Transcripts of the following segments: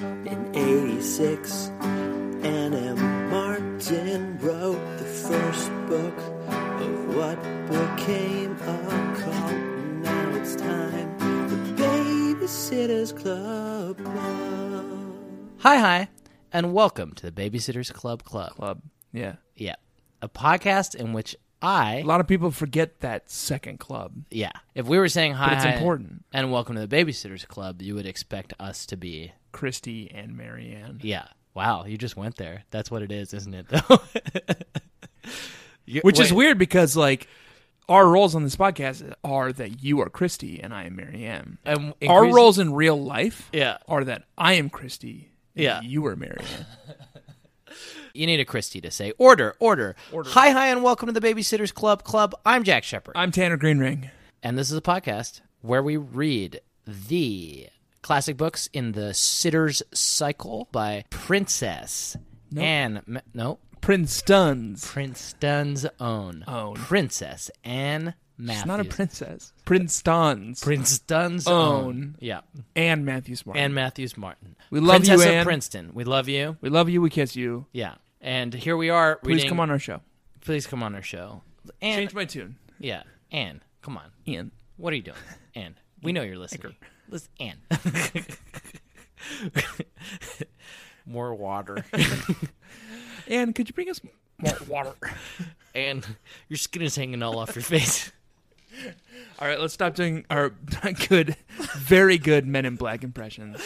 In 86, N.M. Martin wrote the first book of what became a cult. Now it's time for Babysitter's Club. Club. Hi, hi, and welcome to the Babysitters Club Club. Club. Yeah. Yeah, a podcast in which I, A lot of people forget that second club. yeah, if we were saying hi, it's hi, important. and welcome to the Babysitters Club, you would expect us to be, Christy and Marianne. yeah. Wow, you just went there. That's what it is, isn't it? Though, You- Which is wait, weird because like our roles on this podcast are that you are Christy and I am Marianne. And our increase- roles in real life Yeah. are that I am Christy and Yeah. you are Marianne. You need a Christie to say order, order, Order. Hi, hi, and welcome to the Babysitters Club Club. I'm Jack Shepard, I'm Tanner Greenring. and this is a podcast where we read the classic books in the Sitters Cycle by Princess Anne. Ma- no, Princeton's. Princeton's own Own. Princess Anne Matthews. It's not a princess. Princeton's. Princeton's own. Own. Yeah, and Matthew Smart. Anne Matthews Martin. We love you, Princess of Anne. Princeton. We love you. we love you. We kiss you. Yeah, and here we are. Please reading- come on our show. Please come on our show. Anne, Change my tune. yeah, Anne, come on. Ian. What are you doing, Anne? We know you're listening. Listen, Anne. More water, Anne, could you bring us more water? and your skin is hanging all off your face. All right, let's stop doing our good, very good Men in Black impressions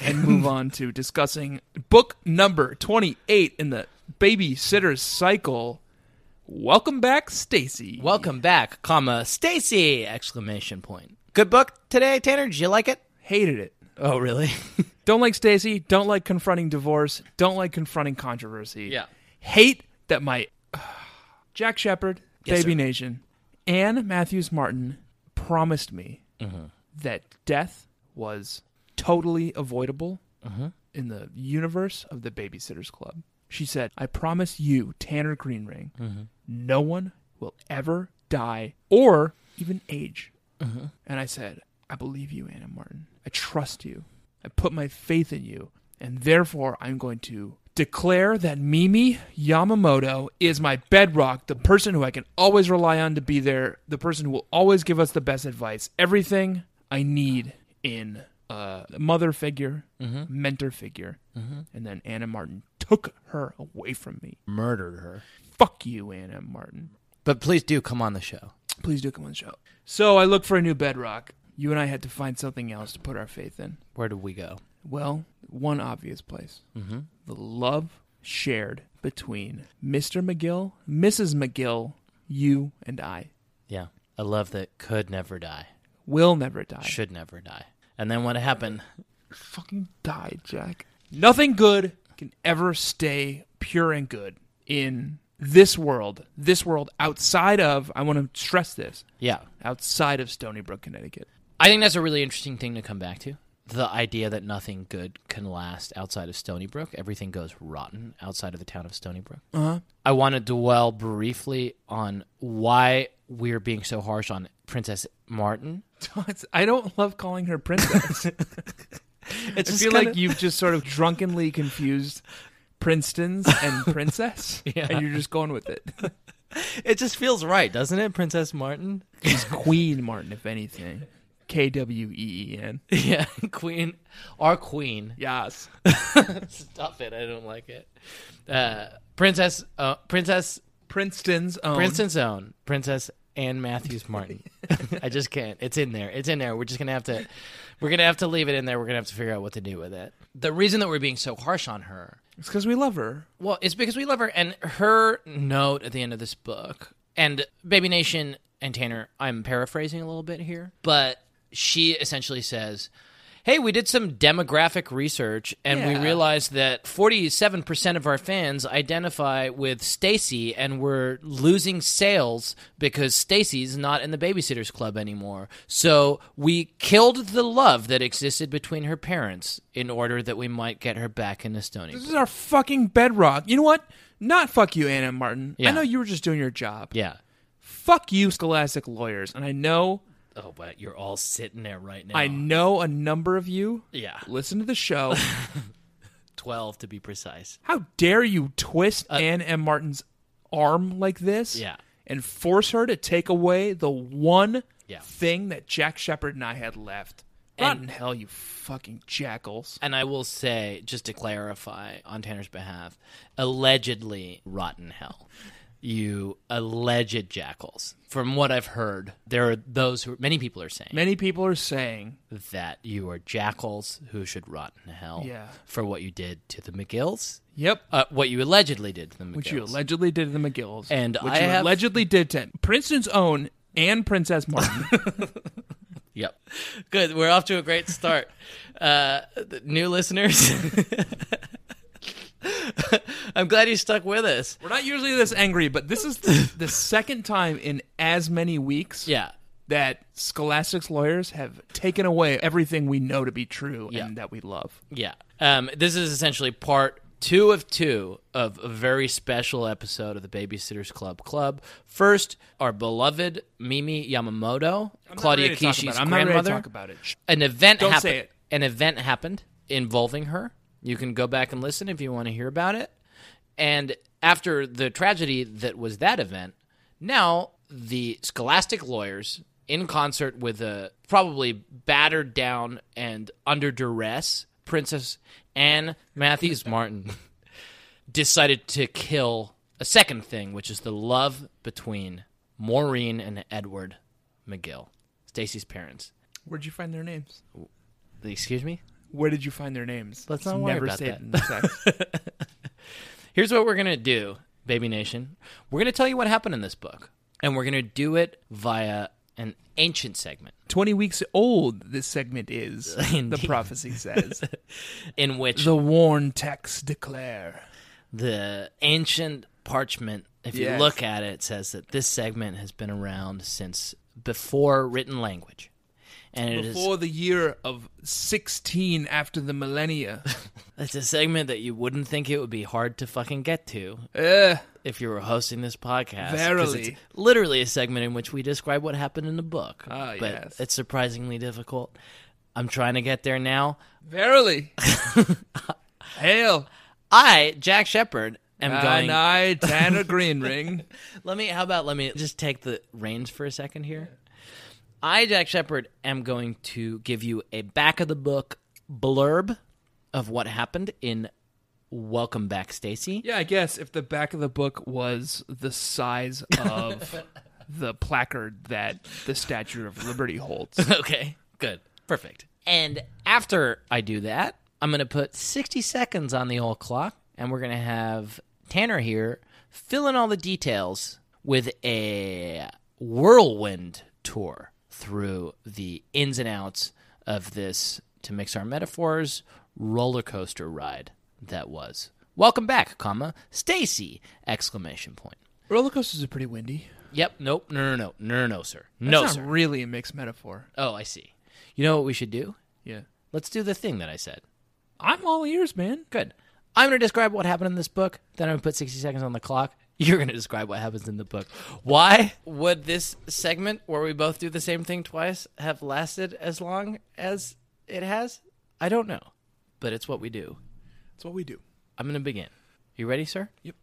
and move on to discussing book number 28 in the Babysitter's Cycle. Welcome back, Stacy. Welcome back, comma Stacy! Exclamation point. Good book today, Tanner. Did you like it? Hated it. Oh, really? Don't like Stacy. Don't like confronting divorce. Don't like confronting controversy. Yeah. Hate that my Jack Shepard, Yes, Baby sir. Nation, and Matthews Martin promised me Mm-hmm. that death was totally avoidable Mm-hmm. in the universe of the Babysitters Club. She said, I promise you, Tanner Greenring, Mm-hmm. no one will ever die or even age. Mm-hmm. And I said, I believe you, Anna Martin. I trust you. I put my faith in you. And therefore, I'm going to declare that Mimi Yamamoto is my bedrock, the person who I can always rely on to be there, the person who will always give us the best advice, everything I need in a mother figure, mentor figure. And then Anna Martin took her away from me. Murdered her. Fuck you, Anna Martin. But please do come on the show. Please do come on the show. So I look for a new bedrock. You and I had to find something else to put our faith in. Where do we go? Well, one obvious place. Mm-hmm. The love shared between Mr. McGill, Mrs. McGill, you and I Yeah, a love that could never die, will never die. should never die. And then what happened? fucking die, Jack. Nothing good can ever stay pure and good in this world. This world outside of, I want to stress this, Yeah, outside of Stony Brook, Connecticut. I think that's a really interesting thing to come back to. The idea that nothing good can last outside of Stony Brook. Everything goes rotten outside of the town of Stony Brook. Uh-huh. I want to dwell briefly on why we're being so harsh on Princess Martin. I don't love calling her princess. It's I just feel kinda- like you've just sort of drunkenly confused Princeton's and princess, and you're just going with it. it just feels right, doesn't it, Princess Martin? She's Queen Martin, if anything. K W E E N. yeah, Queen, our Queen. Yes. Stop it! I don't like it. Uh, Princess, uh, Princess Princeton's own. Princeton's own Princess Anne Matthews Martin. I just can't. It's in there. It's in there. We're just gonna have to. We're gonna have to leave it in there. We're gonna have to figure out what to do with it. The reason that we're being so harsh on her, It's because we love her. well, it's because we love her. And her note at the end of this book, and Baby Nation and Tanner, I'm paraphrasing a little bit here, but she essentially says. Hey, we did some demographic research and we Yeah. realized that 47% of our fans identify with Stacy and we're losing sales because Stacy's not in the babysitters club anymore. So we killed the love that existed between her parents in order that we might get her back in Estonia. This is our fucking bedrock. You know what? Not fuck you, Anna Martin. Yeah. I know you were just doing your job. Yeah. Fuck you, scholastic lawyers. And I know Oh, but you're all sitting there right now. I know a number of you yeah, listen to the show. twelve to be precise. How dare you twist Anne M. Martin's arm like this? Uh, Yeah. And force her to take away the one Yeah. thing that Jack Shepard and I had left. Rotten hell, you fucking jackals. And I will say, just to clarify on Tanner's behalf, allegedly rotten hell. You alleged jackals. From what I've heard, there are those who many people are saying Many people are saying that you are jackals who should rot in hell Yeah. for what you did to the McGills, Yep. uh, what you allegedly did to the McGills. which you allegedly did to the McGills. And which I you have- allegedly did to Princeton's own and Princess Martin. Yep. Good. We're off to a great start. uh, th- new listeners, I'm glad you stuck with us. We're not usually this angry, but this is the, the second time in as many weeks Yeah. that Scholastic's lawyers have taken away everything we know to be true Yeah. and that we love. Yeah. Um, this is essentially part two of two of a very special episode of the Babysitters Club Club. First, our beloved Mimi Yamamoto, Claudia Kishi's I'm grandmother. Not ready to talk about it. Shh. An event Don't happened. say it. An event happened involving her. You can go back and listen if you want to hear about it. And after the tragedy that was that event, now the scholastic lawyers, in concert with a probably battered down and under duress Princess Anne Matthews Martin, decided to kill a second thing, which is the love between Maureen and Edward McGill, Stacy's parents. Where'd you find their names? Excuse me? Where did you find their names? Let's It's not worry never about stated that. in the text. Here's what we're going to do, Baby Nation. We're going to tell you what happened in this book, and we're going to do it via an ancient segment 20 weeks old, this segment is, the Indeed. prophecy says. in which the worn texts declare. the ancient parchment, if you Yes. look at it, says that this segment has been around since before written language. And it is Before the year of 16 after the millennia. it's a segment that you wouldn't think it would be hard to fucking get to Ugh. if you were hosting this podcast. 'cause Verily. it's literally a segment in which we describe what happened in the book. Ah, but yes. it's surprisingly difficult. I'm trying to get there now. Verily. Hail. I, Jack Shepard, am going. And I, Tanner Greenring. Let me. How about let me just take the reins for a second here. I, Jack Shepard, am going to give you a back of the book blurb of what happened in Welcome Back, Stacy. Yeah, I guess if the back of the book was the size of the placard that the Statue of Liberty holds. okay, good, perfect. And after I do that, I'm going to put 60 seconds on the old clock, and we're going to have Tanner here fill in all the details with a whirlwind tour through the ins and outs of this, to mix our metaphors, roller coaster ride that was. Welcome back, comma, Stacy! Exclamation point. Roller coasters are pretty windy. Yep, nope, no, no, no, no, no, no, sir. That's No, not sir. really a mixed metaphor. Oh, I see. You know what we should do? Yeah. Let's do the thing that I said. I'm all ears, man. Good. I'm going to describe what happened in this book. Then I'm going to put 60 seconds on the clock. You're going to describe what happens in the book. Why would this segment, where we both do the same thing twice, have lasted as long as it has? I don't know, but it's what we do. That's what we do. I'm going to begin. You ready, sir? Yep.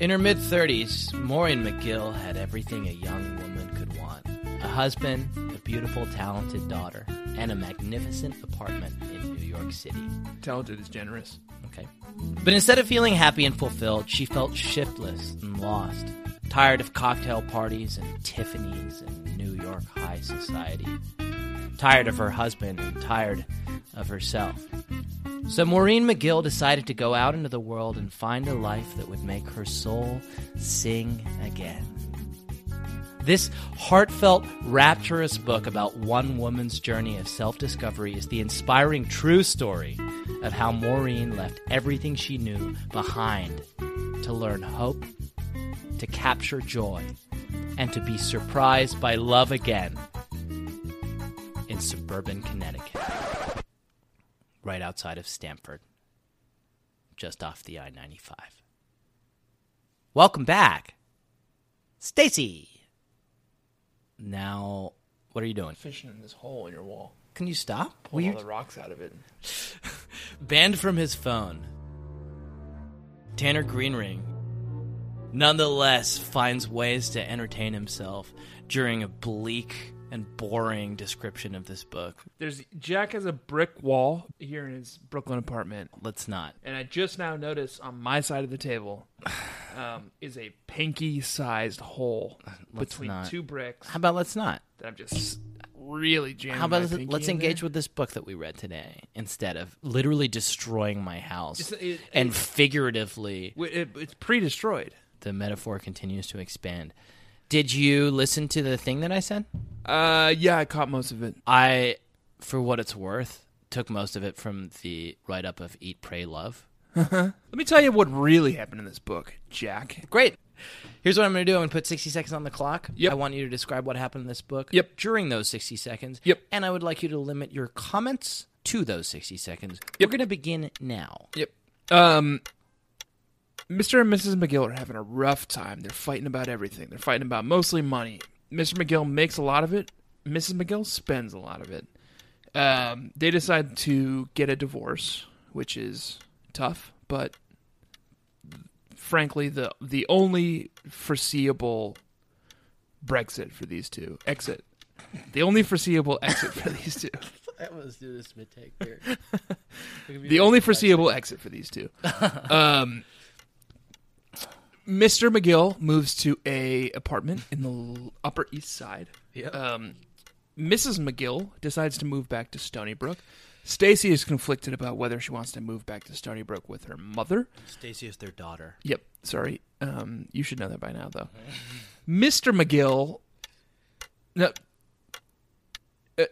In her mid 30s, Maureen McGill had everything a young woman could want a husband, a beautiful, talented daughter, and a magnificent apartment in New York City. Talented is generous. Okay. But instead of feeling happy and fulfilled, she felt shiftless and lost, tired of cocktail parties and Tiffany's and New York high society, tired of her husband and tired of herself. So Maureen McGill decided to go out into the world and find a life that would make her soul sing again. This heartfelt, rapturous book about one woman's journey of self discovery is the inspiring true story of how Maureen left everything she knew behind to learn hope, to capture joy, and to be surprised by love again in suburban Connecticut, right outside of Stamford, just off the I 95. Welcome back, Stacy. Now, what are you doing? Fishing in this hole in your wall. Can you stop? Pull Will you- all the rocks out of it. Banned from his phone. Tanner Greenring nonetheless finds ways to entertain himself during a bleak and boring description of this book. There's Jack has a brick wall here in his Brooklyn apartment, Let's not. and I just now notice on my side of the table um, is a pinky-sized hole between not. two bricks How about let's not? that I'm just really jamming. How my about let's, pinky let's in engage there. with this book that we read today instead of literally destroying my house It's- it- and figuratively Wait, it- it's pre-destroyed. the metaphor continues to expand. Did you listen to the thing that I said? Uh, yeah, I caught most of it. I, for what it's worth, took most of it from the write up of Eat, Pray, Love. Let me tell you what really happened in this book, Jack. Great. Here's what I'm going to do. I'm going to put 60 seconds on the clock. Yep. I want you to describe what happened in this book Yep. during those 60 seconds. Yep. And I would like you to limit your comments to those 60 seconds. We're going to begin now. Yep. Um, Mr. and Mrs. McGill are having a rough time. They're fighting about everything. They're fighting about mostly money. Mr. McGill makes a lot of it. Mrs. McGill spends a lot of it. Um, they decide to get a divorce, which is tough, but frankly, the the only foreseeable Brexit for these two exit. The only foreseeable exit for these two. I almost do this mid take here. the only foreseeable exit for these two. um, Mr. McGill moves to a apartment in the l- Upper East Side. Um, Mrs. McGill decides to move back to Stony Brook. Stacy is conflicted about whether she wants to move back to Stony Brook with her mother. Stacy is their daughter. Yep. Sorry. Um, you should know that by now, though. Mr. McGill. No,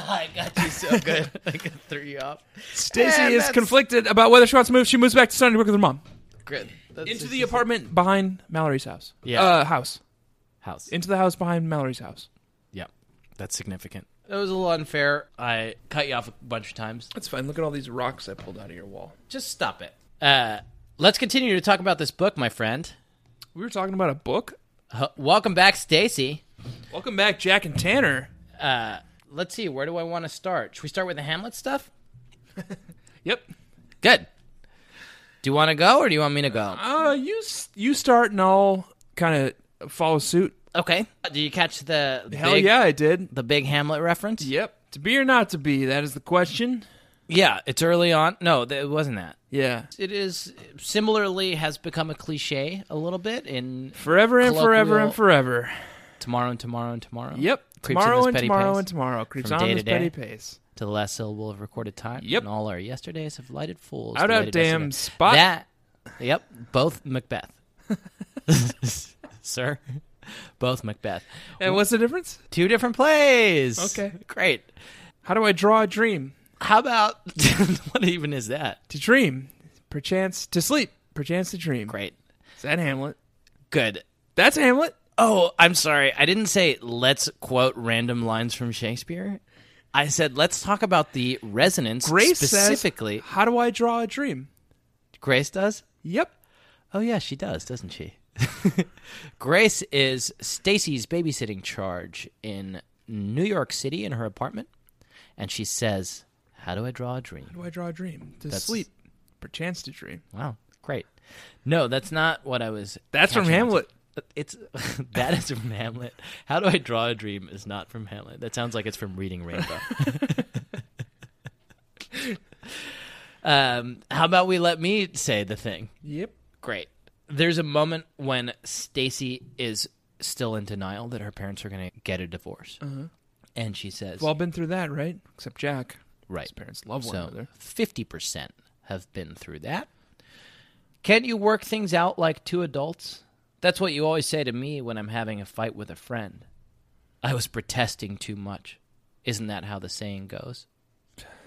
I got you so good. I threw you off. Stacy is conflicted about whether she wants to move. She moves back to Stony Brook with her mom. Great. Into the apartment behind Mallory's house. Yeah. Uh, house. house. into the house behind Mallory's house. yeah. That's significant. That was a little unfair. I cut you off a bunch of times. That's fine. Look at all these rocks I pulled out of your wall. Just stop it. Uh, let's continue to talk about this book, my friend. We were talking about a book. H- welcome back, Stacy. Welcome back, Jack and Tanner. Let's see. Where do I want to start? Should we start with the Hamlet stuff? Yep. Good. Do you want to go, or do you want me to go? Uh, you s- you start and I'll kind of follow suit. Okay. Do you catch the Hell big, yeah, I did. the big Hamlet reference? Yep. To be or not to be, that is the question. Yeah, it's early on. No, th- it wasn't that. Yeah. It is similarly has become a cliche a little bit in Forever and forever and Colloquial- forever. tomorrow and tomorrow and tomorrow. Yep. Creeps in tomorrow this and petty tomorrow pace. and tomorrow creeps From on day this to day. petty pace. to the last syllable of recorded time. Yep. And all our yesterdays have lighted fools. Out the out lighted damn yesterday. spot. That. Yep. Both Macbeth. Sir. Both Macbeth. And what's the difference? Two different plays. Okay. Great. How do I draw a dream? How about what even is that? To dream, perchance to sleep, perchance to dream. Great. Is that Hamlet? Good. That's Hamlet. Oh, I'm sorry. I didn't say let's quote random lines from Shakespeare. I said let's talk about the resonance Grace specifically. says, "How do I draw a dream?" Grace does? Yep. Oh yeah, she does, doesn't she? Grace is Stacy's babysitting charge in New York City in her apartment, and she says, "How do I draw a dream?" How do I draw a dream? To sleep, perchance to dream. Wow, great. No, that's not what I was. That's from catching on to. Hamlet. It's that is from Hamlet. How do I draw a dream is not from Hamlet. That sounds like it's from Reading Rainbow. um, how about we let me say the thing? Yep. Great. There's a moment when Stacy is still in denial that her parents are going to get a divorce. Uh-huh. And she says, We've all been through that, right? Except Jack. right. His parents love one So another. 50% have been through that. Can you work things out like two adults? That's what you always say to me when I'm having a fight with a friend. I was protesting too much. Isn't that how the saying goes?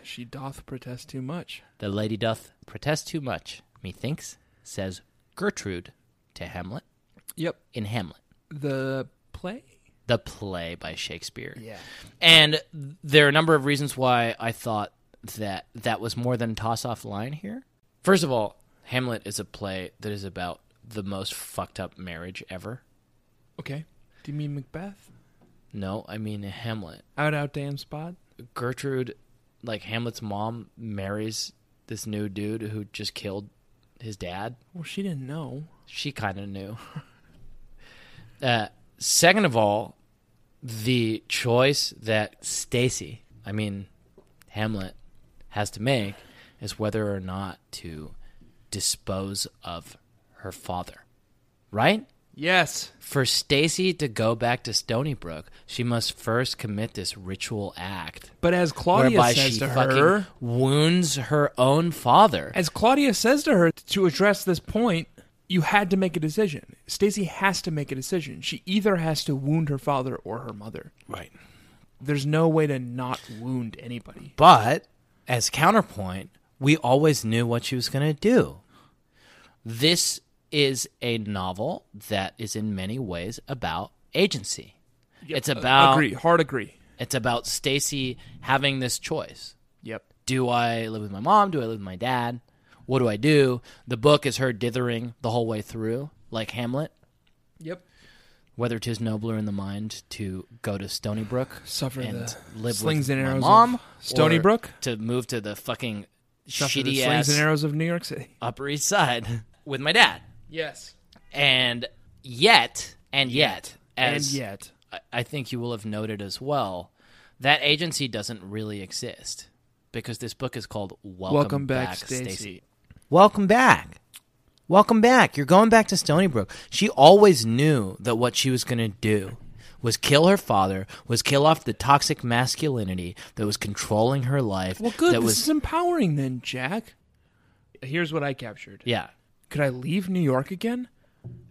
She doth protest too much. The lady doth protest too much, methinks, says Gertrude to Hamlet Yep. in Hamlet. The play. the play by Shakespeare. Yeah. And there are a number of reasons why I thought that that was more than toss off line here. First of all, Hamlet is a play that is about the most fucked up marriage ever. Okay. Do you mean Macbeth? No, I mean Hamlet. Out out damn spot. Gertrude, like Hamlet's mom, marries this new dude who just killed his dad. Well, she didn't know. She kind of knew. uh, second of all, the choice that Stacy, I mean Hamlet, has to make is whether or not to dispose of her father. Right? Yes. For Stacy to go back to Stony Brook, she must first commit this ritual act But as Claudia whereby says she to fucking her, wounds her own father. as Claudia says to her to address this point, you had to make a decision. Stacy has to make a decision. She either has to wound her father or her mother. Right. There's no way to not wound anybody. But as counterpoint, we always knew what she was going to do. This is a novel that is in many ways about agency. it's about agree, hard agree. it's about Stacy having this choice. Yep. do I live with my mom? Do I live with my dad? What do I do? The book is her dithering the whole way through, like Hamlet, Yep. whether 'tis nobler in the mind to go to Stony Brook Suffer and the live slings with and my arrows mom, of Stony or Brook? to move to the fucking Suffer the shitty slings ass and arrows of New York City. Upper East Side with my dad, Yes. and yet, and yet, And as yet, I- I think you will have noted as well, that agency doesn't really exist because this book is called Welcome, Welcome Back, Stacey. Stacy. Welcome back. Welcome back. You're going back to Stony Brook. She always knew that what she was going to do was kill her father, was kill off the toxic masculinity that was controlling her life. well, good. That This was is empowering, then, Jack. Here's what I captured. yeah. Could I leave New York again?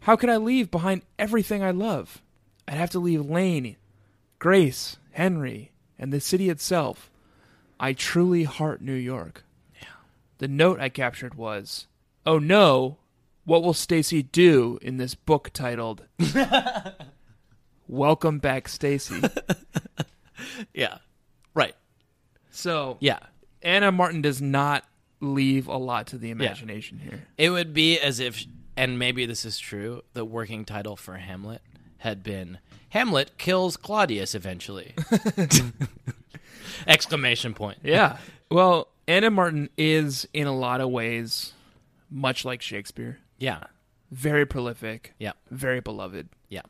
How could I leave behind everything I love? I'd have to leave Lane, Grace, Henry, and the city itself. I truly heart New York. The note I captured was, "Oh no, what will Stacy do in this book titled Welcome Back Stacy?" Yeah. Right. So, Yeah. Anna Martin does not leave a lot to the imagination here. It would be as if, and maybe this is true, the working title for Hamlet had been Hamlet kills Claudius eventually. Exclamation point. Yeah. Well, Anna Martin is in a lot of ways much like Shakespeare. Yeah. Very prolific, Yeah. very beloved, Yeah.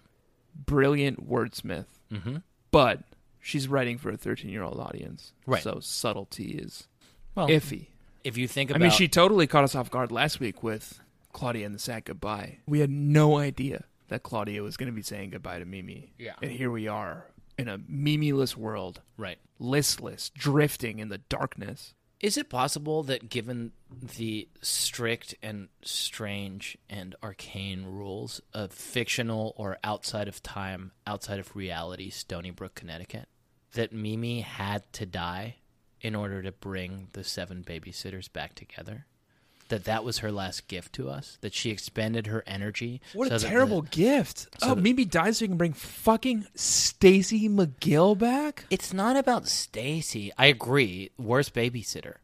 brilliant wordsmith. Mm-hmm. But she's writing for a 13-year-old audience. Right. So subtlety is Well, if, iffy. if you think I about mean, she totally caught us off guard last week with Claudia and the Sad Goodbye. We had no idea that Claudia was going to be saying goodbye to Mimi. Yeah. And here we are in a Mimi-less world, right. listless, drifting in the darkness. Is it possible that given the strict and strange and arcane rules of fictional or outside of time, outside of reality Stony Brook, Connecticut, that Mimi had to die in order to bring the seven babysitters back together? That that was her last gift to us? That she expended her energy? so What a that the- terrible gift! oh, Mimi dies so you can bring fucking Stacy McGill back. It's not about Stacy. I agree. Worst babysitter.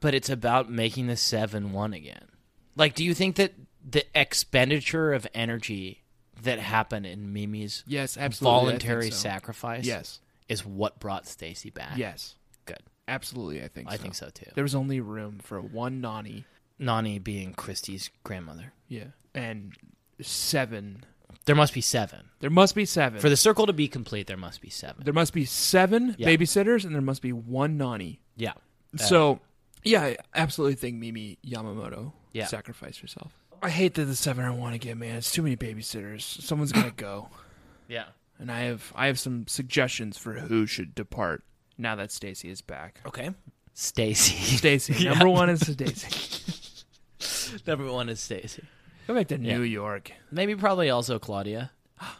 But it's about making the seven one again. Like, do you think that the expenditure of energy that happened in Mimi's Yes, voluntary sacrifice Yes, is what brought Stacy back? yes, Good. absolutely. I think. I so. think so too. There was only room for one nanny. Nani being Christie's grandmother. Yeah, and seven. There must be seven. There must be seven. For the circle to be complete, there must be seven. there must be seven Yeah. Uh. babysitters, and there must be one nanny. yeah. So, yeah, I absolutely think Mimi Yamamoto Yeah. sacrificed herself. I hate that the seven I want to get, man. It's too many babysitters. Someone's gonna go. Yeah. and I have I have some suggestions for who should depart now that Stacy is back. Okay. Stacy. Stacy, number one is Stacy. Number one is Stacy. Go back to New York. Maybe probably also Claudia.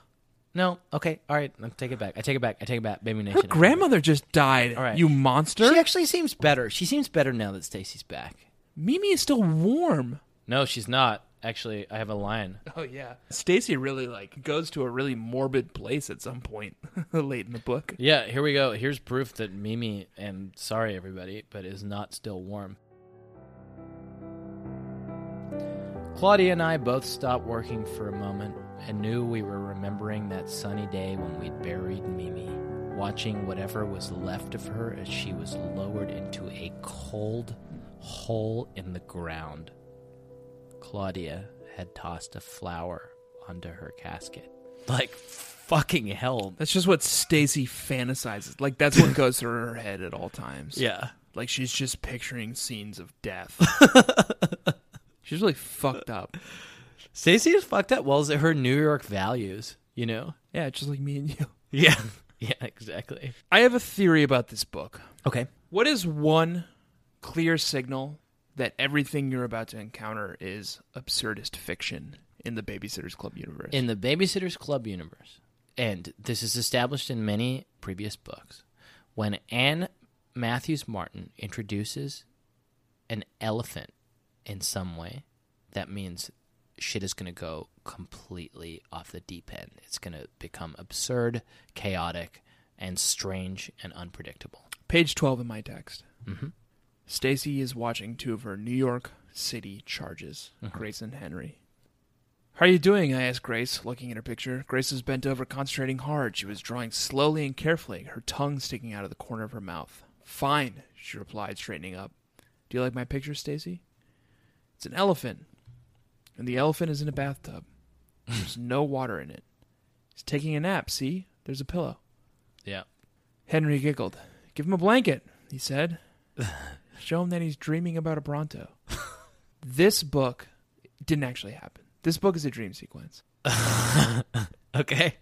No, okay, all right. I take it back. I take it back. I take it back. Baby Nation. Her grandmother just died. All right. You monster. She actually seems better. She seems better now that Stacy's back. Mimi is still warm. No, she's not. Actually, I have a line. Oh yeah. Stacy really like goes to a really morbid place at some point late in the book. Yeah, here we go. Here's proof that Mimi and sorry everybody, but is not still warm. Claudia and I both stopped working for a moment and knew we were remembering that sunny day when we'd buried Mimi, watching whatever was left of her as she was lowered into a cold hole in the ground. Claudia had tossed a flower onto her casket. Like fucking hell. That's just what Stacy fantasizes. Like that's what goes through her head at all times. Yeah. Like she's just picturing scenes of death. she's really fucked up. Stacey is fucked up. Well, is it her New York values, you know? Yeah, just like me and you. Yeah. Yeah, exactly. I have a theory about this book. Okay. What is one clear signal that everything you're about to encounter is absurdist fiction in the Babysitters Club universe? In the Babysitter's Club universe, and this is established in many previous books, when Anne Matthews Martin introduces an elephant in some way, that means shit is going to go completely off the deep end. It's going to become absurd, chaotic, and strange and unpredictable. Page 12 in my text. Mm-hmm. Stacy is watching two of her New York City charges, Grace and Henry. How are you doing? I asked Grace, looking at her picture. Grace was bent over, concentrating hard. She was drawing slowly and carefully, her tongue sticking out of the corner of her mouth. Fine, she replied, straightening up. Do you like my picture, Stacy? It's an elephant, and the elephant is in a bathtub. There's no water in it. He's taking a nap, see? There's a pillow. Yeah. Henry giggled. Give him a blanket, he said. Show him that he's dreaming about a Bronto. this book didn't actually happen. This book is a dream sequence. Okay.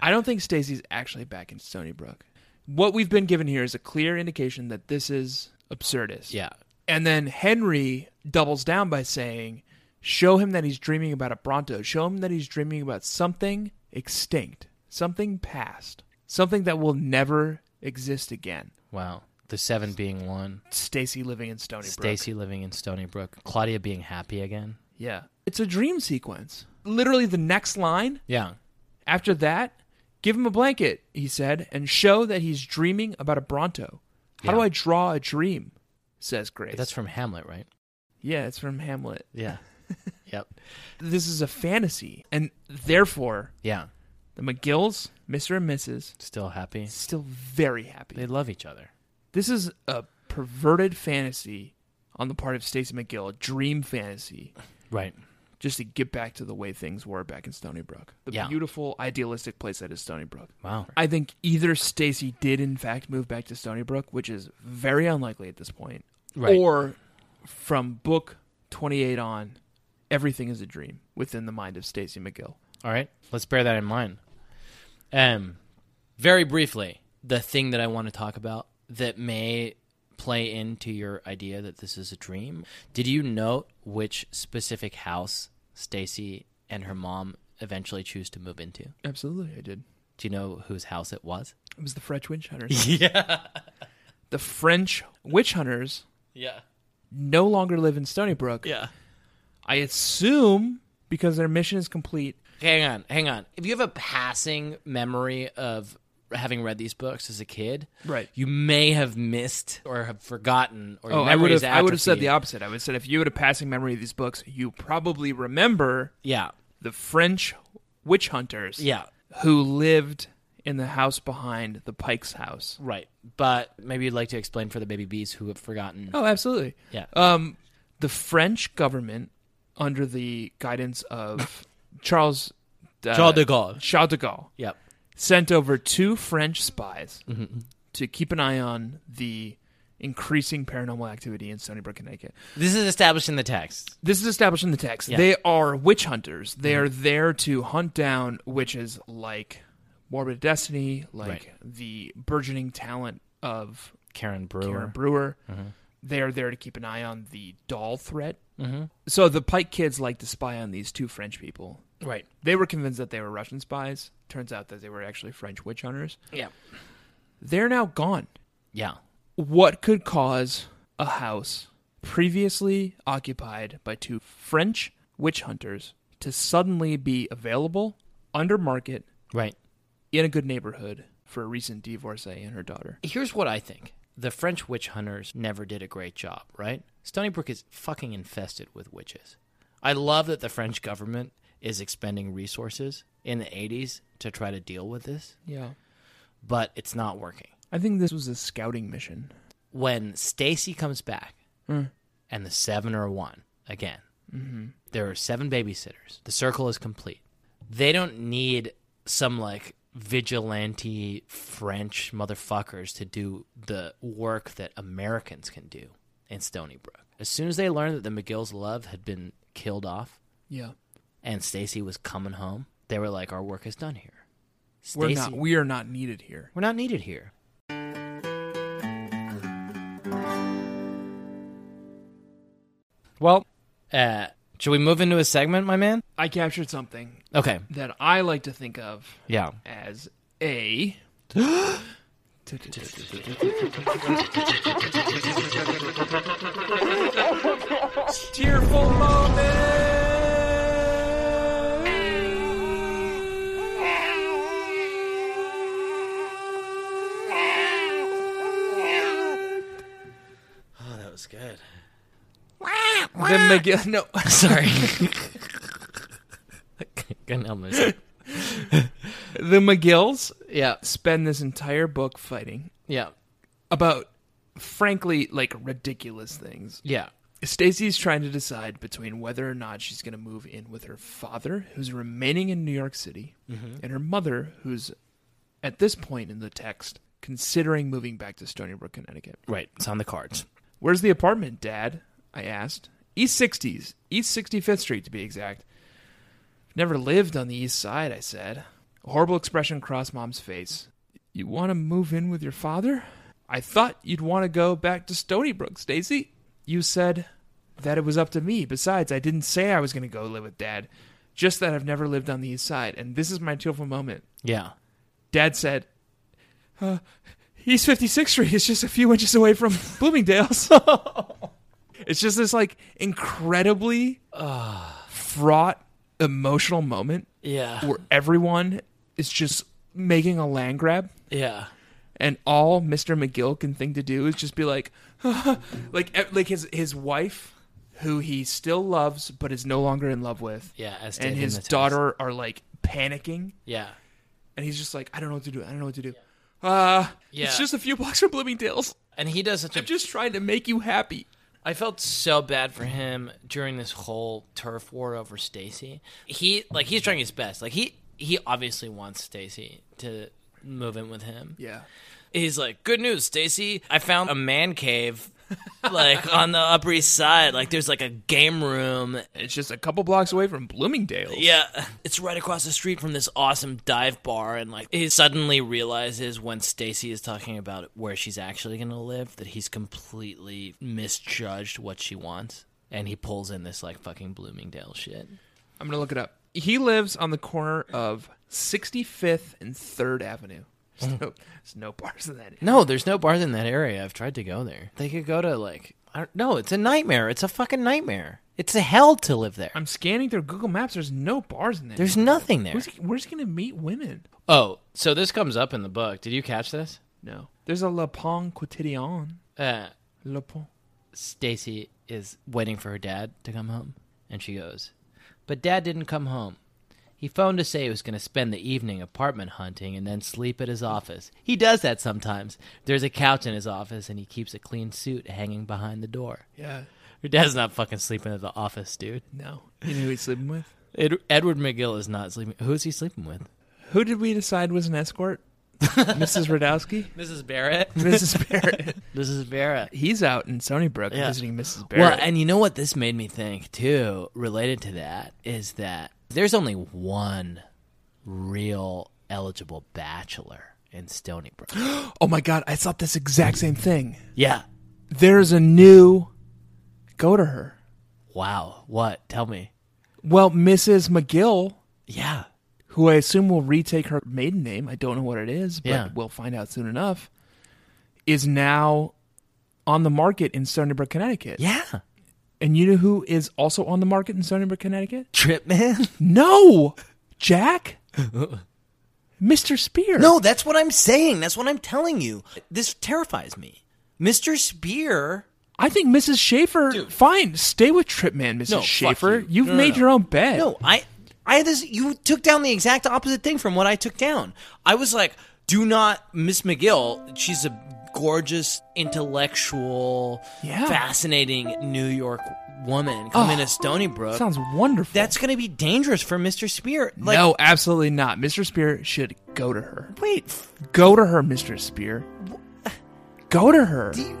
I don't think Stacy's actually back in Stony Brook. What we've been given here is a clear indication that this is absurdist. Yeah. And then Henry doubles down by saying, Show him that he's dreaming about a Bronto. Show him that he's dreaming about something extinct, something past, something that will never exist again. Wow. The seven being one, Stacy living in Stony Brook. Stacy living in Stony Brook, Claudia being happy again. Yeah. It's a dream sequence. Literally the next line Yeah. after that, give him a blanket, he said, and show that he's dreaming about a Bronto. How do Yeah. I draw a dream? says Grace. That's from Hamlet, right? yeah, it's from Hamlet. Yeah. yep. This is a fantasy, and therefore Yeah. the McGills, Mr. and Mrs., Still happy. still very happy. They love each other. This is a perverted fantasy on the part of Stacey McGill, a dream fantasy, Right. just to get back to the way things were back in Stony Brook. The Yeah. beautiful, idealistic place that is Stony Brook. Wow. I think either Stacy did in fact move back to Stony Brook, which is very unlikely at this point, Right. or from book 28 on, everything is a dream within the mind of Stacy McGill. All right. Let's bear that in mind. Um, very briefly, the thing that I want to talk about that may play into your idea that this is a dream. Did you note which specific house Stacy and her mom eventually choose to move into? Absolutely, I did. Do you know whose house it was? It was the French witch hunters. yeah. The French witch hunters Yeah. no longer live in Stony Brook. Yeah. I assume because their mission is complete. Hang on, hang on. If you have a passing memory of having read these books as a kid, Right. you may have missed or have forgotten or your Oh, I would memory is have. I would have said atrophied. the opposite. I would have said if you had a passing memory of these books, you probably remember Yeah. the French witch hunters Yeah. who lived in the house behind the Pike's house. Right. But maybe you'd like to explain for the baby bees who have forgotten. Oh, absolutely. Yeah. Um, the French government, under the guidance of Charles uh, Charles de Gaulle. Charles de Gaulle, Yep. sent over two French spies Mm-hmm. to keep an eye on the increasing paranormal activity in Stony Brook, Connecticut. This is established in the text. This is established in the text. They are witch hunters. They are there to hunt down witches like Morbid Destiny, like Right. the burgeoning talent of Karen Brewer. Karen Brewer. They are there to keep an eye on the doll threat. So the Pike kids like to spy on these two French people. Right. They were convinced that they were Russian spies. Turns out that they were actually French witch hunters. Yeah. They're now gone. Yeah. What could cause a house previously occupied by two French witch hunters to suddenly be available under market Right. in a good neighborhood for a recent divorcee and her daughter? Here's what I think. The French witch hunters never did a great job, right? Stony Brook is fucking infested with witches. I love that the French government is expending resources in the 80s to try to deal with this, Yeah. but it's not working. I think this was a scouting mission. When Stacy comes back Mm. and the seven are one again, Mm-hmm. there are seven babysitters. The circle is complete. They don't need some like vigilante French motherfuckers to do the work that Americans can do in Stony Brook. As soon as they learned that the McGill's love had been killed off, Yeah. and Stacy was coming home, they were like, "Our work is done here. We're Stacy, not we are not needed here. we're not needed here." Well, uh, should we move into a segment, my man? I captured something Okay. that I like to think of Yeah. as a tearful That was good. The McGill. No, Sorry. Couldn't help myself. the McGills Yeah. spend this entire book fighting Yeah. about, frankly, like ridiculous things. Yeah. Stacy's trying to decide between whether or not she's going to move in with her father, who's remaining in New York City, and her mother, who's at this point in the text considering moving back to Stony Brook, Connecticut. Right. It's on the cards. Where's the apartment, Dad? I asked. East 60s, East 65th Street to be exact. Never lived on the east side, I said. A horrible expression crossed Mom's face. You want to move in with your father? I thought you'd want to go back to Stony Brook, Stacy. You said that it was up to me. Besides, I didn't say I was going to go live with Dad, just that I've never lived on the east side, and this is my tearful moment. Yeah. Dad said, uh, East 56th Street is just a few inches away from Bloomingdale's. it's just this like incredibly uh, fraught emotional moment Yeah. where everyone is just making a land grab. Yeah. And all Mr. McGill can think to do is just be like, like, eh, like his his wife, who he still loves but is no longer in love with, Yeah. As and Dave his hypnotized. daughter are like panicking Yeah. and he's just like, I don't know what to do. I don't know what to do. Uh, Yeah. it's just a few blocks from Bloomingdale's. And he does such a I'm just trying to make you happy. I felt so bad for him during this whole turf war over Stacy. He like he's trying his best. Like he he obviously wants Stacy to move in with him. Yeah. He's like, "Good news, Stacy. I found a man cave like on the Upper East Side. Like there's like a game room. It's just a couple blocks away from Bloomingdale's. Yeah, it's right across the street from this awesome dive bar and like he suddenly realizes when Stacy is talking about where she's actually going to live that he's completely misjudged what she wants and he pulls in this like fucking Bloomingdale shit. I'm going to look it up. He lives on the corner of 65th and 3rd Avenue. Mm. There's no, there's no bars in that. No, there's no bars in that area. I've tried to go there. They could go to like I don't know, it's a nightmare. It's a fucking nightmare. It's a hell to live there. I'm scanning through Google Maps. There's no bars in that. There's nothing there. Where's he, where's he going to meet women? Oh, so this comes up in the book. Did you catch this? No. There's a Le Pont Quotidien. Uh Le Pont. Stacy is waiting for her dad to come home, and she goes, "But dad didn't come home. He phoned to say he was going to spend the evening apartment hunting and then sleep at his office. He does that sometimes. There's a couch in his office, and he keeps a clean suit hanging behind the door. Yeah. Your dad's not fucking sleeping at the office, dude. No. You know who he's sleeping with? Ed- Edward McGill is not sleeping. Who's he sleeping with? Who did we decide was an escort? Mrs. Radowski? Mrs. Barrett. Mrs. Barrett. Mrs. Barrett. He's out in Stony Brook Yeah. visiting Mrs. Well, Barrett. and you know what this made me think too, related to that, is that there's only one real eligible bachelor in Stony Brook. oh my God, I thought this exact same thing. yeah. There's a new. Go to her. Wow. What? Tell me. Well, Mrs. McGill, Yeah. who I assume will retake her maiden name, I don't know what it is, but Yeah. we'll find out soon enough, is now on the market in Stony Brook, Connecticut. Yeah. And you know who is also on the market in Stony Brook, Connecticut? Trip man? No! Jack? Mr. Spear. No, that's what I'm saying. That's what I'm telling you. This terrifies me. Mr. Spear. I think Mrs. Schaefer. Fine, stay with Tripman, Mrs. No, fuck Schaefer. you. have No, no, made no. your own bed. No, I I had this. You took down the exact opposite thing from what I took down. I was like, "Do not, Miss McGill. She's a gorgeous, intellectual, Yeah. fascinating New York woman. Come Oh, into Stony Brook. Sounds wonderful. That's going to be dangerous for Mister Spear. Like, no, absolutely not. Mr. Spear should go to her. wait, Go to her, Mr. Spear. Go to her. you,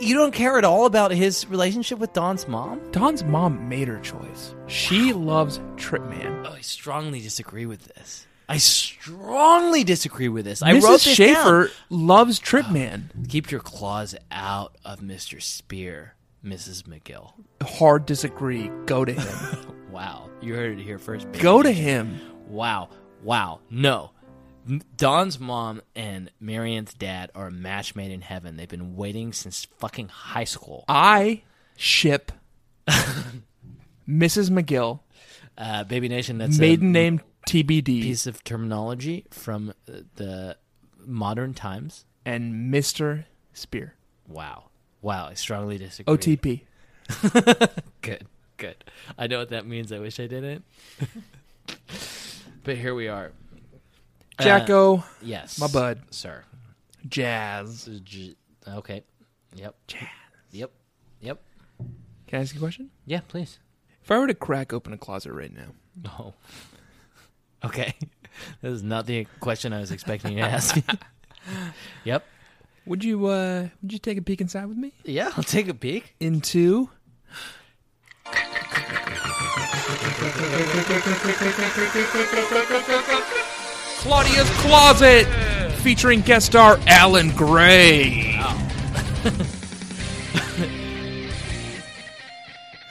you don't care at all about his relationship with Don's mom? Don's mom made her choice. She loves Trip Man. Oh, I strongly disagree with this. I strongly disagree with this. I Mrs. wrote this Schaefer down. loves Trip Man. Keep your claws out of Mr. Spear, Mrs. McGill. Hard disagree. Go to him. Wow, you heard it here first. baby. go to him. Wow, wow, no. N- Don's mom and Marianne's dad are a match made in heaven. They've been waiting since fucking high school. I ship Mrs. McGill, Uh, Baby Nation, that's maiden a name TBD, piece of terminology from uh, the modern times. and Mr. Spear. Wow. Wow, I strongly disagree. OTP. Good, good. I know what that means. I wish I didn't. but here we are. Uh, Jacko. yes. my bud. Sir. Jazz. J- Okay. Yep. Jazz. Yep. Yep. Can I ask you a question? Yeah, please. If I were to crack open a closet right now, No. Oh. Okay. this is not the question I was expecting you to ask. yep. would you uh would you take a peek inside with me? Yeah, I'll take a peek. Into Claudia's Closet featuring guest star Alan Gray.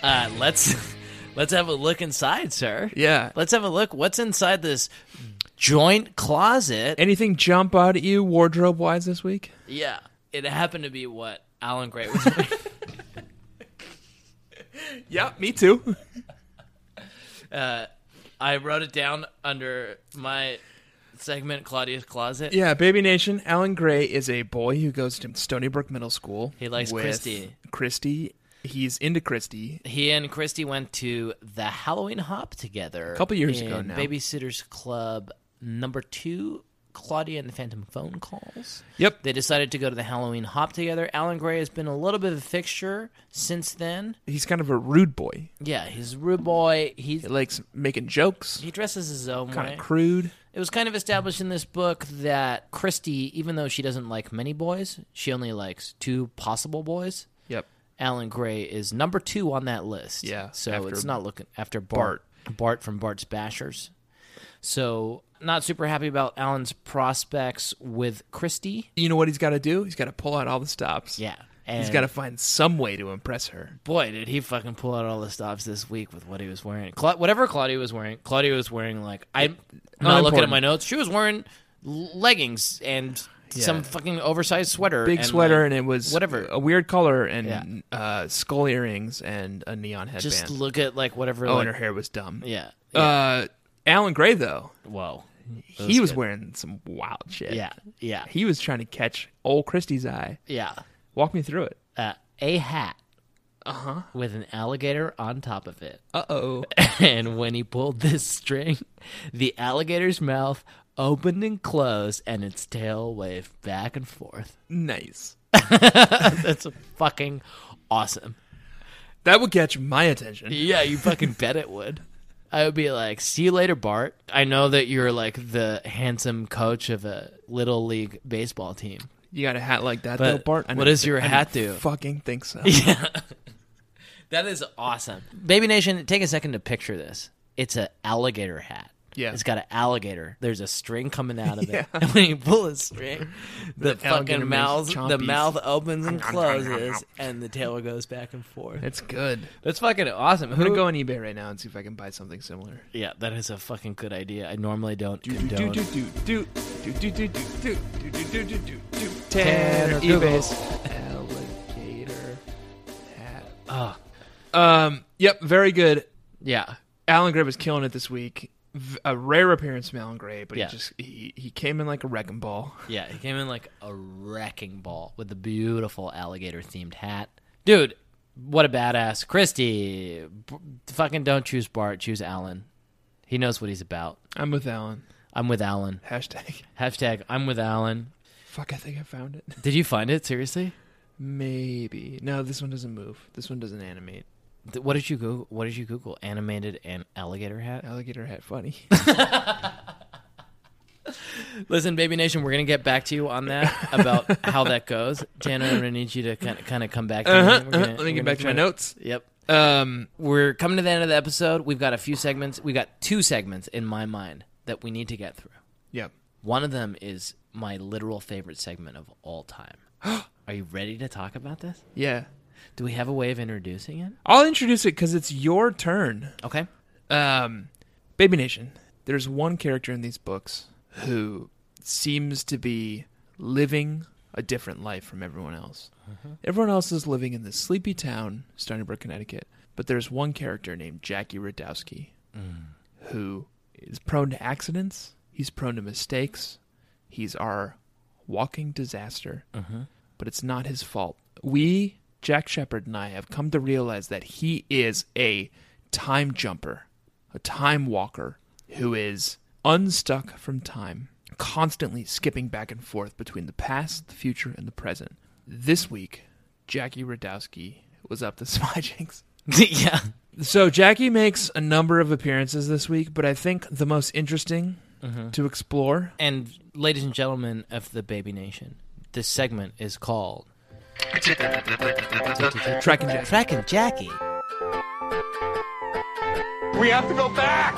Uh, let's let's have a look inside, sir. Yeah. Let's have a look. What's inside this joint closet? Anything jump out at you wardrobe wise this week? yeah, it happened to be what Alan Gray was. wearing. Yeah, me too. I wrote it down under my segment, Claudia's closet. Yeah, Baby Nation. Alan Gray is a boy who goes to Stony Brook Middle School. He likes with Christie. Christie. He's into Christie. He and Christy went to the Halloween hop together a Couple years ago now. Babysitters Club number two. Claudia and the Phantom phone calls. Yep. They decided to go to the Halloween hop together. Alan Gray has been a little bit of a fixture since then. He's kind of a rude boy. Yeah, he's a rude boy. He's He likes making jokes. He dresses his own Kind way. of crude. it was kind of established in this book that Christy, even though she doesn't like many boys, she only likes two possible boys. Yep. Alan Gray is number two on that list. Yeah, So after it's not looking after Bart. Bart. from Bart's Bashers. So not super happy about Alan's prospects with Christy. You know what he's got to do? He's got to pull out all the stops. Yeah. And He's got to find some way to impress her. boy, did he fucking pull out all the stops this week with what he was wearing. Cla- whatever Claudia was wearing, Claudia was wearing like I'm not looking at Unimportant. my notes. She was wearing l- leggings and some Yeah. fucking oversized sweater, Big and, sweater, like, and it was whatever. a weird color, and Yeah. uh, skull earrings, and a neon headband. Just look at like whatever. oh, like, and her hair was dumb. Yeah. Uh, Alan Gray though, Whoa. That he was good. wearing some wild shit. Yeah. Yeah. He was trying to catch old Christie's eye. Yeah. Walk me through it. Uh, a hat. Uh huh. With an alligator on top of it. Uh oh. and when he pulled this string, the alligator's mouth opened and closed, and its tail waved back and forth. nice. That's fucking awesome. That would catch my attention. Yeah, you fucking bet it would. I would be like, see you later, Bart. I know that you're like the handsome coach of a little league baseball team. You got a hat like that But though, Bart. what don't does your thi- I hat don't do? Fucking think so. That is awesome. Baby Nation, take a second to picture this. It's an alligator hat. Yeah. It's got an alligator. There's a string coming out of Yeah. it. And when you pull the string, the, alligator fucking makes mouth the chompies. mouth opens and closes and the tail goes back and forth. That's good. That's fucking awesome. I'm Who gonna go on eBay right now and see if I can buy something similar. Yeah, that is a fucking good idea. I normally don't Do condone. do do do do do do do do do do do do do do. Tanner Tanner Googles. eBay's alligator hat. Um. Yep. Very good. Yeah. Alan Gray was killing it this week. V- A rare appearance from Alan Gray, but Yeah. he just he, he came in like a wrecking ball. Yeah, he came in like a wrecking ball with the beautiful alligator themed hat. Dude, what a badass. Christy, b- fucking don't choose Bart, choose Alan. He knows what he's about. I'm with Alan. I'm with Alan. Hashtag. Hashtag I'm with Alan. Fuck, I think I found it. Did you find it? Seriously? Maybe. No, this one doesn't move. This one doesn't animate. Th- What did you go? What did you Google? Animated and alligator hat. Alligator hat funny. Listen, Baby Nation, we're gonna get back to you on that about how that goes. Tanner, I'm gonna need you to kind of kind of come back. To me. We're gonna- uh-huh. Let we're me get gonna back to my try notes. Yep. Um, We're coming to the end of the episode. We've got a few segments. We've got two segments in my mind that we need to get through. yeah. One of them is my literal favorite segment of all time. Are you ready to talk about this? Yeah. Do we have a way of introducing it? I'll introduce it because it's your turn. Okay. Um, Baby Nation, there's one character in these books who seems to be living a different life from everyone else. Everyone else is living in this sleepy town, Stony Brook, Connecticut, but there's one character named Jackie Radowski who is prone to accidents. He's prone to mistakes. He's our walking disaster, but it's not his fault. We, Jack Shepard and I, have come to realize that he is a time jumper, a time walker who is unstuck from time, constantly skipping back and forth between the past, the future, and the present. This week, Jackie Radowski was up to smudgings. yeah. So Jackie makes a number of appearances this week, but I think the most interesting Mm-hmm. to explore. And ladies and gentlemen of the Baby Nation, this segment is called Track and Jackie. Tracking Jackie. We have to go back!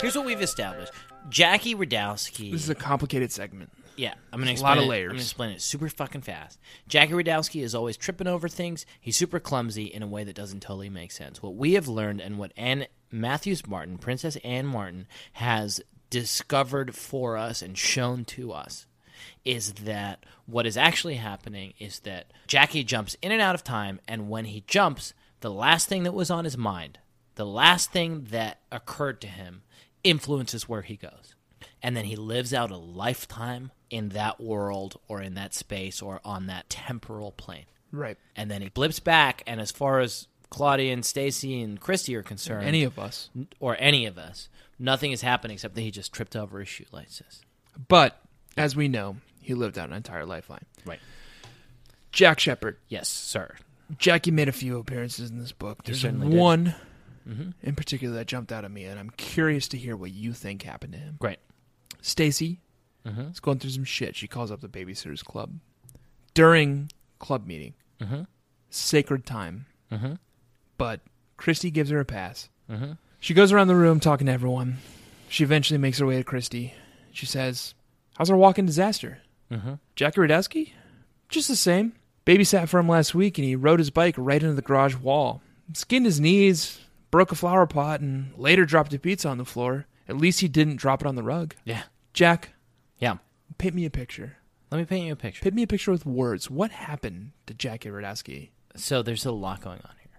Here's what we've established. Jackie Radowski. This is a complicated segment. Yeah, I'm gonna There's a explain lot of it- layers. I'm gonna explain it super fucking fast. Jackie Radowski is always tripping over things. He's super clumsy in a way that doesn't totally make sense. What we have learned and what Anne Matthews Martin, Princess Anne Martin, has discovered for us and shown to us is that what is actually happening is that Jackie jumps in and out of time, and when he jumps, the last thing that was on his mind, the last thing that occurred to him, influences where he goes and then he lives out a lifetime in that world or in that space or on that temporal plane. Right. And then he blips back and as far as Claudia and Stacy and Christy are concerned Any of us. or any of us, nothing has happened except that he just tripped over his shoelaces. But as we know, he lived out an entire lifeline. Right. Jack Shepard. Yes, sir. Jackie made a few appearances in this book. There's certainly did. Mm-hmm. one in particular that jumped out at me, and I'm curious to hear what you think happened to him. Great. Stacy is going through some shit. She calls up the babysitters club during club meeting, sacred time. But Christy gives her a pass. She goes around the room talking to everyone. She eventually makes her way to Christy. She says, "How's our walking disaster? Jackie Radowski, just the same. Babysat for him last week, and he rode his bike right into the garage wall, skinned his knees, broke a flower pot, and later dropped a pizza on the floor. At least he didn't drop it on the rug." Yeah. Jack, Yeah. paint me a picture. Let me paint you a picture. Paint me a picture with words. What happened to Jackie Radowski? So there's a lot going on here.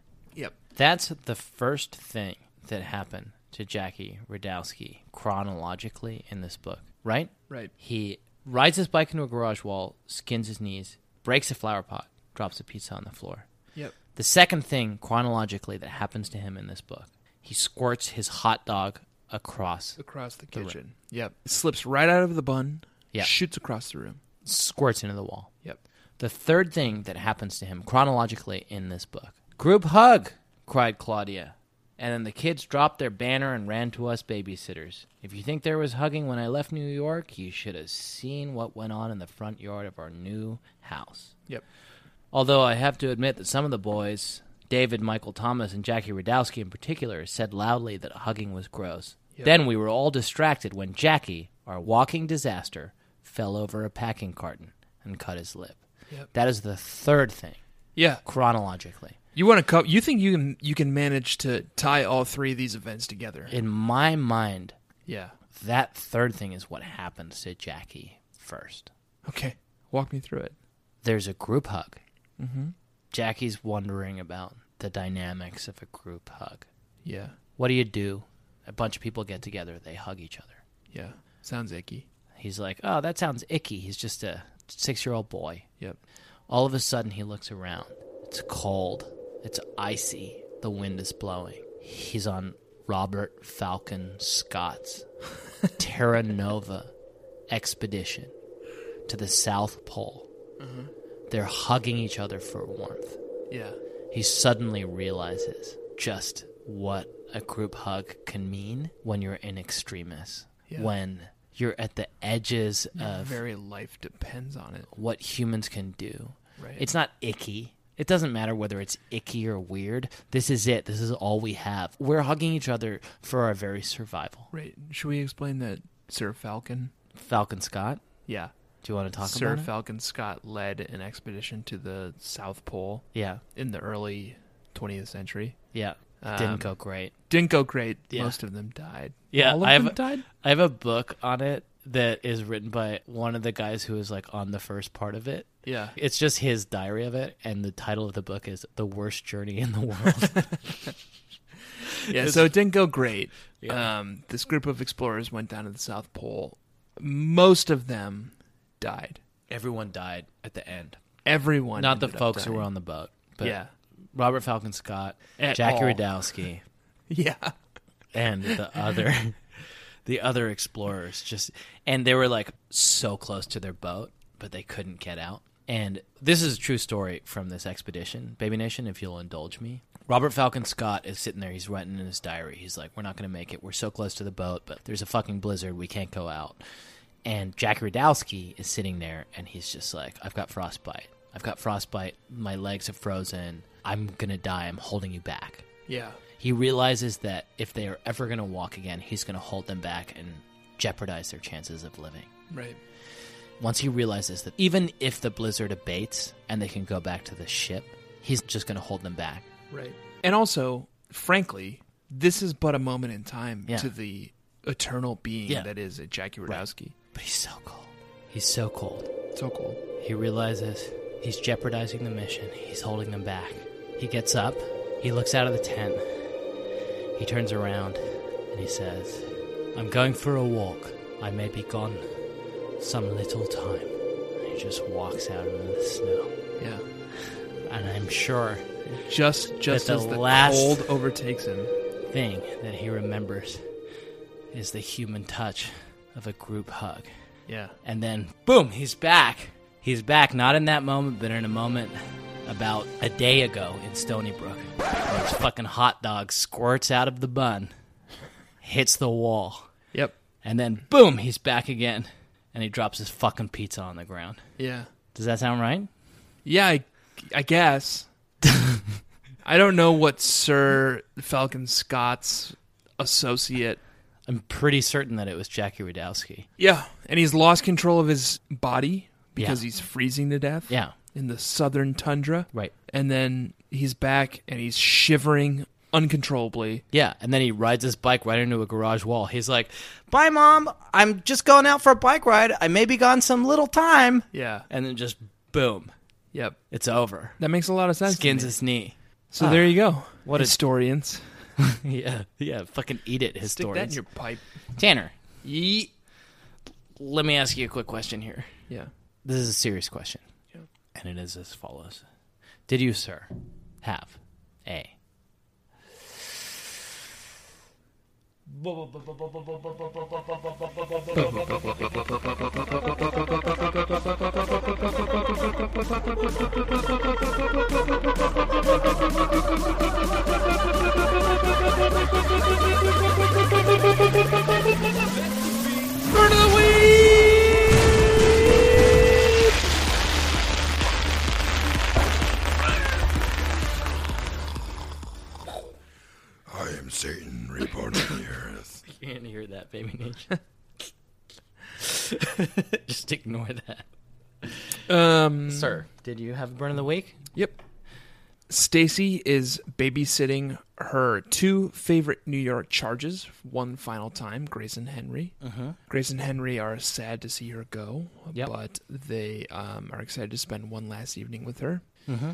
Yep. That's the first thing that happened to Jackie Radowski chronologically in this book, right? Right. He rides his bike into a garage wall, skins his knees, breaks a flower pot, drops a pizza on the floor. Yep. The second thing chronologically that happens to him in this book, he squirts his hot dog across, Across the kitchen. Yep. Slips right out of the bun. Yeah. Shoots across the room. squirts into the wall. Yep. The third thing that happens to him chronologically in this book. Group hug, cried Claudia. And then the kids dropped their banner and ran to us babysitters. If you think there was hugging when I left New York, you should have seen what went on in the front yard of our new house. Yep. Although I have to admit that some of the boys, David, Michael Thomas, and Jackie Radowski in particular, said loudly that hugging was gross. Then we were all distracted when Jackie, our walking disaster, fell over a packing carton and cut his lip. Yep. That is the third thing, Yeah. chronologically. You want to co- You think you can you can manage to tie all three of these events together? In my mind, Yeah. that third thing is what happens to Jackie first. Okay. Walk me through it. There's a group hug. Mm-hmm. Jackie's wondering about the dynamics of a group hug. Yeah. What do you do? A bunch of people get together, they hug each other. Yeah. Sounds icky. He's like, oh, that sounds icky. He's just a six year old boy. Yep. All of a sudden, he looks around. It's cold, it's icy, the wind is blowing. He's on Robert Falcon Scott's Terra Nova expedition to the South Pole. They're hugging each other for warmth. Yeah. He suddenly realizes just what a group hug can mean when you're in extremis, Yeah. when you're at the edges of Uh, Very life depends on it. what humans can do. Right. It's not icky. It doesn't matter whether it's icky or weird. This is it. This is all we have. We're hugging each other for our very survival. Right. Should we explain that Sir Falcon? Falcon Scott, Yeah. do you want to talk Sir about it? Falcon Scott led an expedition to the South Pole yeah, in the early 20th century. yeah. Um, Didn't go great. Didn't go great. Yeah. Most of them died. Yeah, All of I have- them died. I have a book on it that is written by one of the guys who is like on the first part of it. Yeah. It's just his diary of it, and the title of the book is "The Worst Journey in the World." Yeah, so it didn't go great. Um, this group of explorers went down to the South Pole. Most of them died. Everyone died at the end. Everyone, Not the ended up folks who dying. were on the boat, but yeah, Robert Falcon Scott, At Jackie all. Radowski, yeah, and the other the other explorers just and they were like so close to their boat, but they couldn't get out. And this is a true story from this expedition, Baby Nation, if you'll indulge me. Robert Falcon Scott is sitting there, he's writing in his diary. He's like, We're not gonna make it. We're so close to the boat, but there's a fucking blizzard, we can't go out. And Jack Radowski is sitting there and he's just like, I've got frostbite. I've got frostbite. My legs are frozen. I'm going to die. I'm holding you back. yeah, He realizes that if they are ever going to walk again, he's going to hold them back and jeopardize their chances of living. right, Once he realizes that even if the blizzard abates and they can go back to the ship, he's just going to hold them back. right. And also, frankly, this is but a moment in time Yeah. to the eternal being Yeah. that is Jackie Radowski. But he's so cold. He's so cold. So cool. He realizes he's jeopardizing the mission. He's holding them back. He gets up. He looks out of the tent. He turns around and he says, I'm going for a walk. I may be gone some little time. And he just walks out into the snow. Yeah, And I'm sure just just the as the last- cold overtakes him. thing that he remembers is the human touch of a group hug. Yeah, And then, boom, he's back. He's back, not in that moment, but in a moment about a day ago in Stony Brook. Where his fucking hot dog squirts out of the bun, hits the wall, yep, and then, boom, he's back again. And he drops his fucking pizza on the ground. yeah. Does that sound right? Yeah, I, I guess. I don't know what Sir Falcon Scott's associate. I'm pretty certain that it was Jackie Radowski. Yeah, and he's lost control of his body because Yeah. he's freezing to death Yeah, in the southern tundra. right. And then he's back and he's shivering uncontrollably. Yeah, and then he rides his bike right into a garage wall. He's like, "Bye, mom. I'm just going out for a bike ride. I may be gone some little time." Yeah. And then just boom, Yep. it's over. That makes a lot of sense. to Skins me. his knee. So there you go. What a- historians. yeah, yeah. Fucking eat it, his Stick that in your pipe. Tanner, ye- let me ask you a quick question here. Yeah. This is a serious question, Yeah. and it is as follows: Did you, sir, have a I am Satan, reborn on the earth. You can't hear that, baby nation. Just ignore that. Um. Sir, did you have a burn of the week? Yep. Stacy is babysitting her two favorite New York charges one final time, Grace and Henry. Grace and Henry are sad to see her go, Uh-huh. Yep. but they um, are excited to spend one last evening with her. Mm-hmm.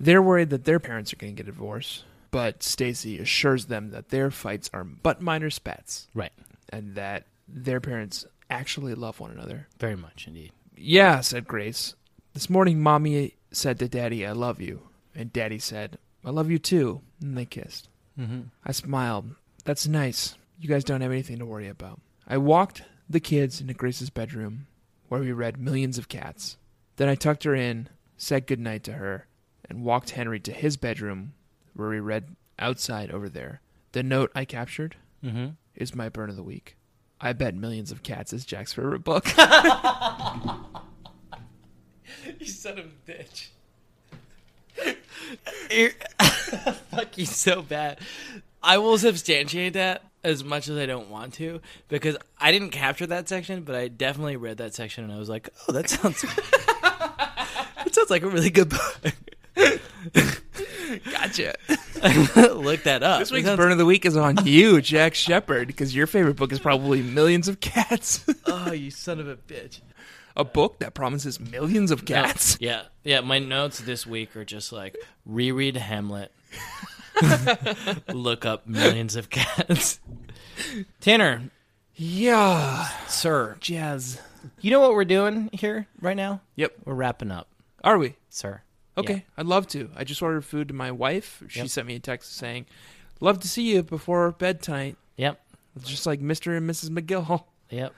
They're worried that their parents are going to get a divorce, but Stacy assures them that their fights are but minor spats Right. and that their parents actually love one another. Very much indeed. Yeah, said Grace. This morning, Mommy said to Daddy, I love you. And Daddy said, I love you too. And they kissed. Mm-hmm. I smiled. That's nice. You guys don't have anything to worry about. I walked the kids into Grace's bedroom where we read Millions of Cats. Then I tucked her in, said goodnight to her, and walked Henry to his bedroom where we read Outside Over There. The note I captured is my burn of the week. I bet Millions of Cats is Jack's favorite book. You son of a bitch. Ir- Fuck you so bad. I will substantiate that as much as I don't want to because I didn't capture that section, but I definitely read that section and I was like, oh, that sounds. that sounds like a really good book. gotcha. Look that up. This week's It sounds- burn of the week is on you, Jack Shepard, because your favorite book is probably Millions of Cats, oh, you son of a bitch. a book that promises millions of cats. Yeah, yeah. My notes this week are just like reread Hamlet, look up millions of cats. Tanner, Yeah, sir, jazz. you know what we're doing here right now? Yep. We're wrapping up, Are we? sir. Okay, Yeah. I'd love to. I just ordered food to my wife. She sent me a text saying, "Love to see you before bed tonight." Yep. Just like Mr. and Mrs. McGill. Yep.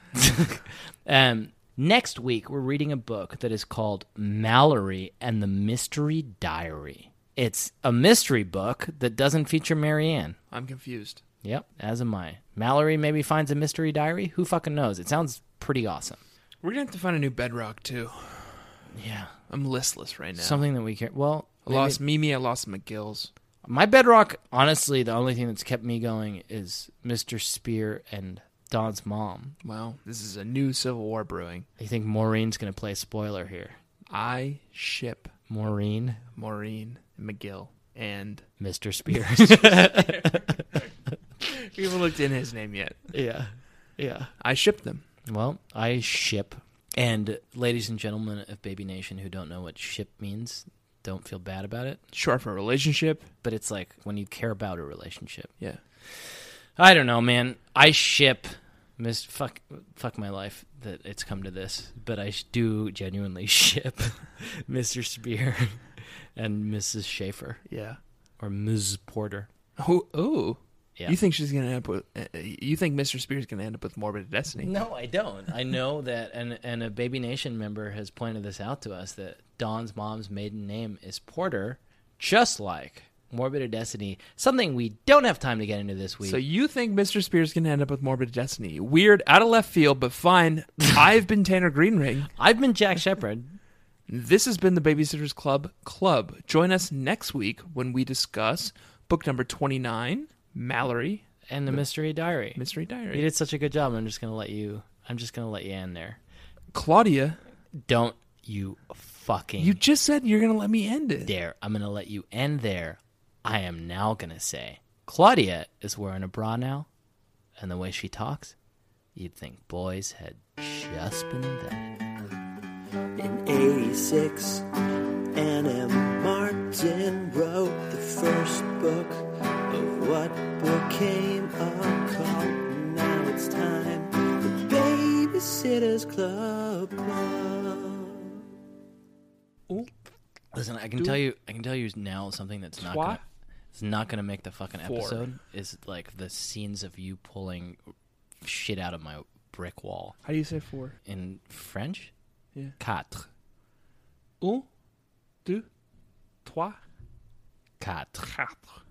um, next week, we're reading a book that is called Mallory and the Mystery Diary. It's a mystery book that doesn't feature Marianne. I'm confused. Yep, as am I. Mallory maybe finds a mystery diary. Who fucking knows? It sounds pretty awesome. We're gonna have to find a new bedrock too. Yeah, I'm listless right now. something that we care. Well, I lost Mimi. I lost McGill's. my bedrock. Honestly, the only thing that's kept me going is Mr. Spear and Don's mom. Well, this is a new Civil War brewing. I think Maureen's gonna play spoiler here. I ship Maureen, Maureen McGill, and Mr. Spear. we haven't looked in his name yet. yeah, yeah. I ship them. Well, I ship. And ladies and gentlemen of Baby Nation who don't know what ship means, don't feel bad about it. Short for relationship. But it's like when you care about a relationship. Yeah. I don't know, man. I ship Miss fuck fuck my life that it's come to this, but I sh- do genuinely ship Mr. Spear and Mrs. Schaefer Yeah. or Ms. Porter. Oh, ooh. Yeah. You think she's gonna end up with? Uh, uh, you think Mr. Spear's gonna end up with morbid destiny? No, I don't. I know that, and and a Baby Nation member has pointed this out to us that Dawn's mom's maiden name is Porter, just like Morbid Destiny. Something we don't have time to get into this week. So you think Mr. Spear's gonna end up with morbid destiny? Weird, out of left field, but fine. I've been Tanner Greenring. I've been Jack Shepard. This has been the Babysitters Club Club. Join us next week when we discuss book number twenty-nine, Mallory and the Mystery Diary. Mystery You Diary. did such a good job. I'm just gonna let you. I'm just gonna let you end there. Claudia, Don't you fucking you just said you're gonna let me end it. dare! I'm gonna let you end there. I am now gonna say Claudia is wearing a bra now, and the way she talks, you'd think boys had just been invented. In 86, N.M. Martin wrote the first book of what became a cult. Now it's time for Babysitter's Club Club. Listen, I can tell you, I can tell you now something that's not gonna, Trois, it's not gonna make the fucking Four. episode is like the scenes of you pulling shit out of my brick wall How do you say four? in French. Yeah. Quatre. Un, deux, trois, Quatre. quatre.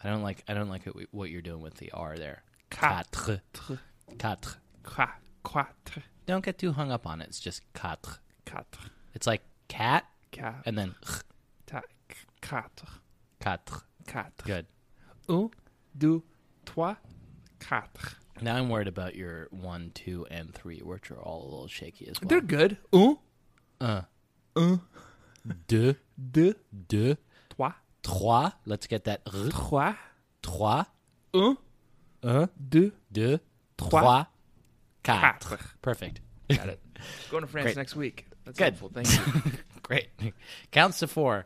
I don't like I don't like it, what you're doing with the R there. Quatre. Quatre. Quatre. Qua, quatre, Don't get too hung up on it. It's just quatre. quatre, It's like cat quatre, and then ch, quatre, quatre. quatre. Good. Un, deux, trois, quatre. Now I'm worried about your one, two, and three, which are all a little shaky as well. They're good. Un, deux, deux, deux, trois, trois. Let's get that. R, trois, trois, un, un, deux. deux, Trois. trois, quatre. Quatre. Perfect. Got it. Going to France Great. next week. That's Good. helpful. Thank you. Great. Counts to four.